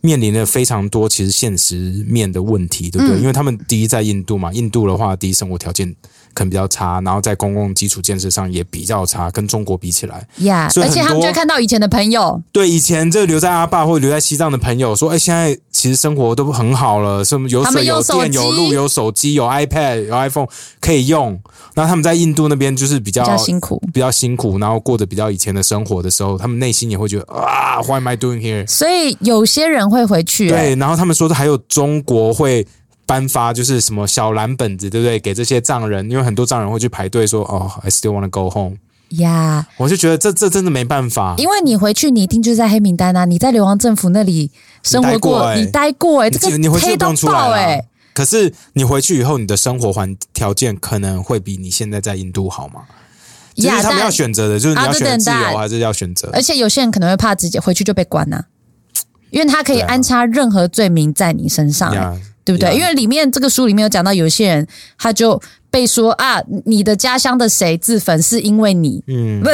Speaker 1: 面临了非常多其实现实面的问题，对不对？
Speaker 2: 嗯
Speaker 1: 因为他们第一在印度嘛，印度的话，第一生活条件可能比较差，然后在公共基础建设上也比较差，跟中国比起来，
Speaker 2: 呀、
Speaker 1: 所以
Speaker 2: 而且他们
Speaker 1: 很多
Speaker 2: 就会看到以前的朋友，
Speaker 1: 对以前这留在阿坝或留在西藏的朋友说，哎、现在其实生活都很好了，什么有
Speaker 2: 他们
Speaker 1: 水
Speaker 2: 有
Speaker 1: 有
Speaker 2: 手
Speaker 1: 电
Speaker 2: 机
Speaker 1: 有路有手机有 iPad 有 iPhone 可以用。然后他们在印度那边就是比较
Speaker 2: 比较辛苦
Speaker 1: 比较辛苦，然后过着比较以前的生活的时候，他们内心也会觉得啊，What am I doing here？
Speaker 2: 所以有些人会回去、欸
Speaker 1: 对，然后他们说还有中国会颁发就是什么小蓝本子，对不对？给这些藏人，因为很多藏人会去排队说，哦，I still wanna go home。
Speaker 2: 呀
Speaker 1: 我就觉得这这真的没办法，
Speaker 2: 因为你回去，你一定就是在黑名单啊！你在流亡政府那里生活过，你
Speaker 1: 你
Speaker 2: 待过哎、
Speaker 1: 你
Speaker 2: 这
Speaker 1: 你
Speaker 2: 个
Speaker 1: 回去
Speaker 2: 黑
Speaker 1: 就不
Speaker 2: 到
Speaker 1: 用出
Speaker 2: 爆
Speaker 1: 来了。啊
Speaker 2: 哎、
Speaker 1: 可是你回去以后，你的生活环条件可能会比你现在在印度好吗？就是
Speaker 2: 呀
Speaker 1: 他们
Speaker 2: 但
Speaker 1: 要选择的，就是你要
Speaker 2: other
Speaker 1: 选
Speaker 2: than
Speaker 1: 自
Speaker 2: that，
Speaker 1: 由啊还是要选择？
Speaker 2: 而且有些人可能会怕自己回去就被关呐、啊因为他可以
Speaker 1: 对啊
Speaker 2: 安插任何罪名在你身上、哎
Speaker 1: 呀
Speaker 2: 对不对？
Speaker 1: 呀
Speaker 2: 因为里面这个书里面有讲到，有些人他就被说啊，你的家乡的谁自焚是因为你，
Speaker 1: 嗯
Speaker 2: 不，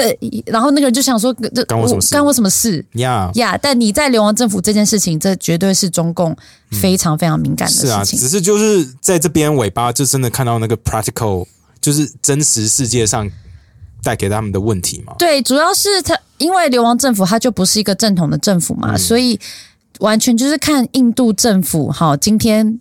Speaker 2: 然后那个人就想说，这
Speaker 1: 干我什么事
Speaker 2: 干我什么事
Speaker 1: 呀，
Speaker 2: 呀但你在流亡政府这件事情，这绝对是中共非常非常敏感的
Speaker 1: 嗯是啊，
Speaker 2: 事情。
Speaker 1: 只是就是在这边尾巴就真的看到那个 practical，就是真实世界上带给他们的问题嘛。
Speaker 2: 对，主要是他因为流亡政府，它就不是一个正统的政府嘛，所以完全就是看印度政府哈，今天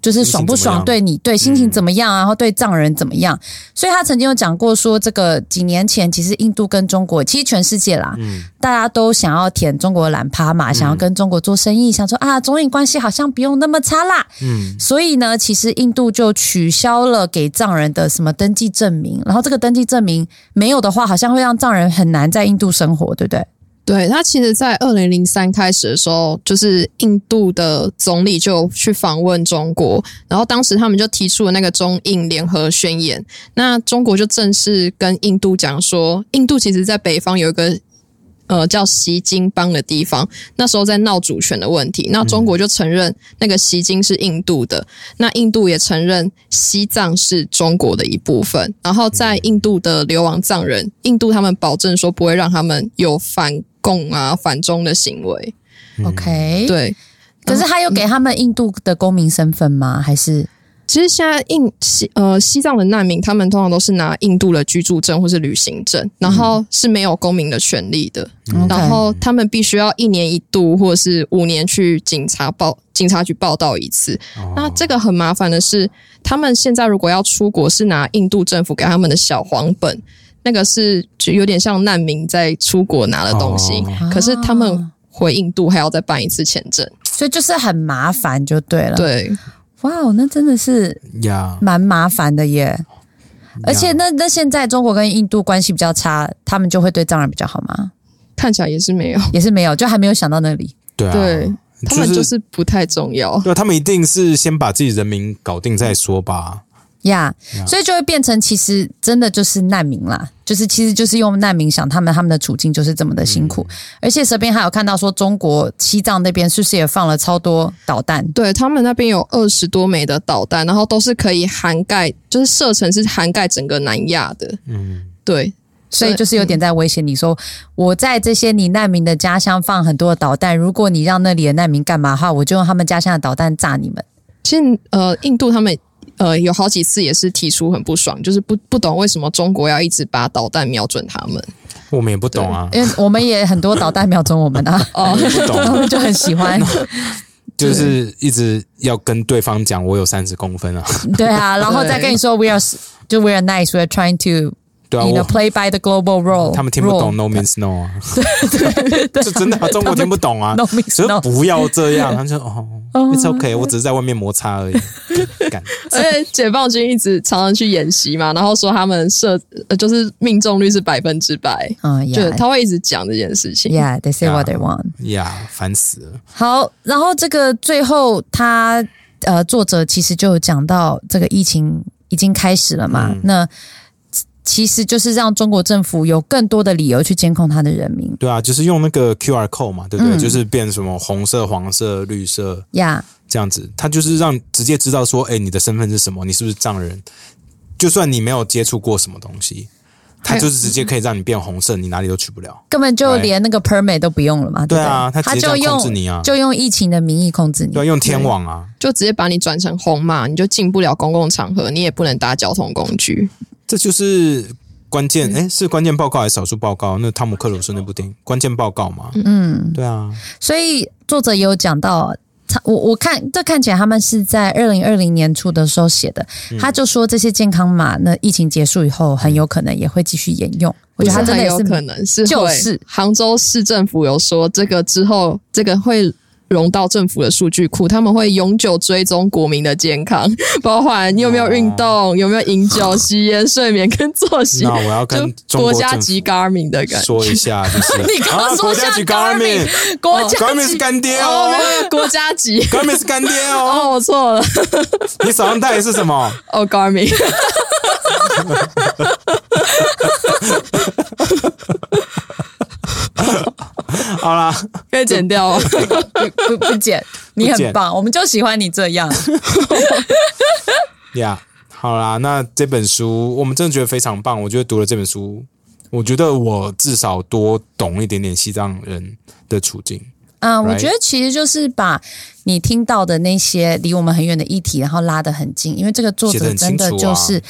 Speaker 2: 就是爽不爽
Speaker 1: 心情怎么样嗯
Speaker 2: 对你，对心情怎么样啊，然后对藏人怎么样。所以他曾经有讲过说，这个几年前其实印度跟中国，其实全世界啦，
Speaker 1: 嗯
Speaker 2: 大家都想要舔中国的懒趴嘛，想要跟中国做生意，想说啊，中印关系好像不用那么差啦。
Speaker 1: 嗯，
Speaker 2: 所以呢，其实印度就取消了给藏人的什么登记证明，然后这个登记证明没有的话，好像会让藏人很难在印度生活，对不对？
Speaker 3: 对他，其实，在二零零三开始的时候，就是印度的总理就去访问中国，然后当时他们就提出了那个中印联合宣言。那中国就正式跟印度讲说，印度其实在北方有一个呃叫锡金邦的地方，那时候在闹主权的问题。那中国就承认那个锡金是印度的，那印度也承认西藏是中国的一部分。然后在印度的流亡藏人，印度他们保证说不会让他们有反共啊、反中的行为。
Speaker 1: 嗯
Speaker 2: OK，。
Speaker 3: 对，
Speaker 2: 可是他有给他们印度的公民身份吗？还是
Speaker 3: 其实现在印西呃西藏的难民，他们通常都是拿印度的居住证或是旅行证，然后是没有公民的权利的。
Speaker 2: OK
Speaker 3: 然后他们必须要一年一度或是五年去警察报警察局报到一次。
Speaker 1: 哦
Speaker 3: 那这个很麻烦的是，他们现在如果要出国，是拿印度政府给他们的小黄本，那个是就有点像难民在出国拿的东西。
Speaker 1: 哦
Speaker 3: 可是他们
Speaker 2: 啊
Speaker 3: 回印度还要再办一次签证。
Speaker 2: 所以就是很麻烦就对了。，
Speaker 3: 对，
Speaker 2: 哇哦，那真的是
Speaker 1: 呀，
Speaker 2: 蛮麻烦的耶。而且那嗯那现在中国跟印度关系比较差，他们就会对藏人比较好吗？
Speaker 3: 看起来也是没有。
Speaker 2: 也是没有，就还没有想到那里。
Speaker 1: 对啊，
Speaker 3: 对他们就是不太重要。
Speaker 1: 对啊，他们一定是先把自己人民搞定再说吧。
Speaker 2: 呀、所以就会变成其实真的就是难民啦，就是其实就是用难民想他们他们的处境就是这么的辛苦，而且这边还有看到说中国西藏那边是不是也放了超多导弹？
Speaker 3: 对他们那边有二十多枚的导弹，然后都是可以涵盖，就是射程是涵盖整个南亚的。
Speaker 1: 嗯，
Speaker 3: 对，
Speaker 2: 所以就是有点在威胁你说，我在这些你难民的家乡放很多的导弹，如果你让那里的难民干嘛的话，我就用他们家乡的导弹炸你们。
Speaker 3: 其实呃，印度他们呃有好几次也是提出很不爽，就是不不懂为什么中国要一直把导弹瞄准他们。
Speaker 1: 我们也不懂啊，
Speaker 2: 因为我们也很多导弹瞄准我们 啊，
Speaker 3: 哦，
Speaker 1: 不
Speaker 2: 我
Speaker 1: 懂，
Speaker 2: 们就很喜
Speaker 1: 哦
Speaker 2: 欢，
Speaker 1: 就是一直要跟对方讲我有三十公分啊。
Speaker 2: 对啊，然后再跟你说 we are 就 we are nice, we are trying to
Speaker 1: 对啊，
Speaker 2: you know
Speaker 1: 我
Speaker 2: play by the global role，
Speaker 1: 他们听不
Speaker 2: rule
Speaker 1: 懂 no means no 啊， 这真的啊中国听不懂啊
Speaker 2: No，
Speaker 1: 所
Speaker 2: means
Speaker 1: 以
Speaker 2: no。
Speaker 1: 不要这样。他们就哦，it's okay，我只是在外面摩擦而已。 干
Speaker 3: 而且解放军一直常常去演习嘛，然后说他们射呃就是命中率是百分之百，
Speaker 2: 嗯
Speaker 3: 就
Speaker 2: ，Yeah，Yeah，they
Speaker 3: 他会一直讲这件事情。
Speaker 2: say what they
Speaker 1: Yeah
Speaker 2: want。
Speaker 1: 呀，烦死了。
Speaker 2: 好，然后这个最后他呃，作者其实就有讲到这个疫情已经开始了嘛，
Speaker 1: 嗯
Speaker 2: 那其实就是让中国政府有更多的理由去监控他的人民
Speaker 1: 对啊，就是用那个 QR code 嘛，对不对？
Speaker 2: 嗯
Speaker 1: 就是变什么红色、黄色、绿色
Speaker 2: 呀。
Speaker 1: 这样子，它就是让直接知道说，哎，你的身份是什么，你是不是藏人？就算你没有接触过什么东西，
Speaker 2: 哎
Speaker 1: 它就是直接可以让你变红色，你哪里都去不了。
Speaker 2: 根本就
Speaker 1: Right
Speaker 2: 连那个 permit 都不用了嘛，
Speaker 1: 对
Speaker 2: 不
Speaker 1: 啊
Speaker 2: 嗯对？
Speaker 1: 他直接
Speaker 2: 就
Speaker 1: 这样
Speaker 2: 用
Speaker 1: 控制你啊
Speaker 2: 就用疫情的名义控制你
Speaker 1: 对啊，。用天网啊，
Speaker 3: 就直接把你转成红码，你就进不了公共场合，你也不能搭交通工具。
Speaker 1: 这就是关
Speaker 2: 嗯
Speaker 1: 键。哎，是关键报告还是少数报告？啊那汤姆克鲁斯那部电影《关键报告》嘛？嗯，对啊，
Speaker 2: 所以作者也有讲到，他我我看这看起来他们是在二零二零年初的时候写的，
Speaker 1: 嗯
Speaker 2: 他就说这些健康码，那疫情结束以后，很有可能也会继续沿用。我觉得他真的
Speaker 3: 很
Speaker 2: 也
Speaker 3: 有可
Speaker 2: 是
Speaker 3: 能是
Speaker 2: 就
Speaker 3: 会
Speaker 2: 是
Speaker 3: 杭州市政府有说这个之后，这个会融到政府的数据库，他们会永久追踪国民的健康，包含你有没有运动、有没有饮 酒、吸烟、睡眠跟作息。
Speaker 1: 那我要
Speaker 3: 就
Speaker 1: 跟中
Speaker 3: 国
Speaker 1: 国
Speaker 3: 家
Speaker 1: 政府
Speaker 3: 级 Garmin 的感觉，
Speaker 1: 说一下，就是
Speaker 2: 你刚
Speaker 1: 啊
Speaker 2: 刚说
Speaker 1: 国
Speaker 2: 像
Speaker 1: 家级
Speaker 2: Garmin，
Speaker 1: Garmin，Garmin
Speaker 2: 国家
Speaker 1: 是
Speaker 2: 级
Speaker 1: 干爹
Speaker 3: 哦，
Speaker 1: 哦
Speaker 3: 没有没有国家级。
Speaker 1: ，Garmin 是干爹哦。
Speaker 3: 哦，我错了，
Speaker 1: 你手上戴的是什么？
Speaker 3: 哦，Garmin，
Speaker 1: 好啦，
Speaker 3: 可以剪掉哦吗？
Speaker 2: 不不不 剪，你很棒，我们就喜欢你这样。
Speaker 1: 呀、好啦，那这本书我们真的觉得非常棒。我觉得读了这本书，我觉得我至少多懂一点点西藏人的处境。
Speaker 2: 嗯，我
Speaker 1: Right
Speaker 2: 觉得其实就是把你听到的那些离我们很远的议题，然后拉得很近，因为这个作
Speaker 1: 写得
Speaker 2: 者
Speaker 1: 很
Speaker 2: 真
Speaker 1: 清楚啊
Speaker 2: 的就是。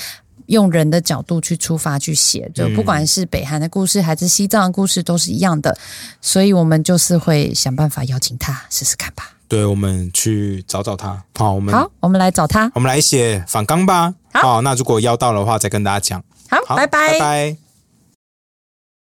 Speaker 2: 用人的角度去出发去写，就
Speaker 1: 嗯
Speaker 2: 不管是北韩的故事还是西藏的故事，都是一样的，所以我们就是会想办法邀请他试试看吧。
Speaker 1: 对，我们去找找他。好，我们
Speaker 2: 好，我们来找他。
Speaker 1: 我们来写反纲吧。
Speaker 2: 好
Speaker 1: 好，那如果邀到的话，再跟大家讲。
Speaker 2: 好，
Speaker 1: 好，
Speaker 2: 拜
Speaker 1: 拜拜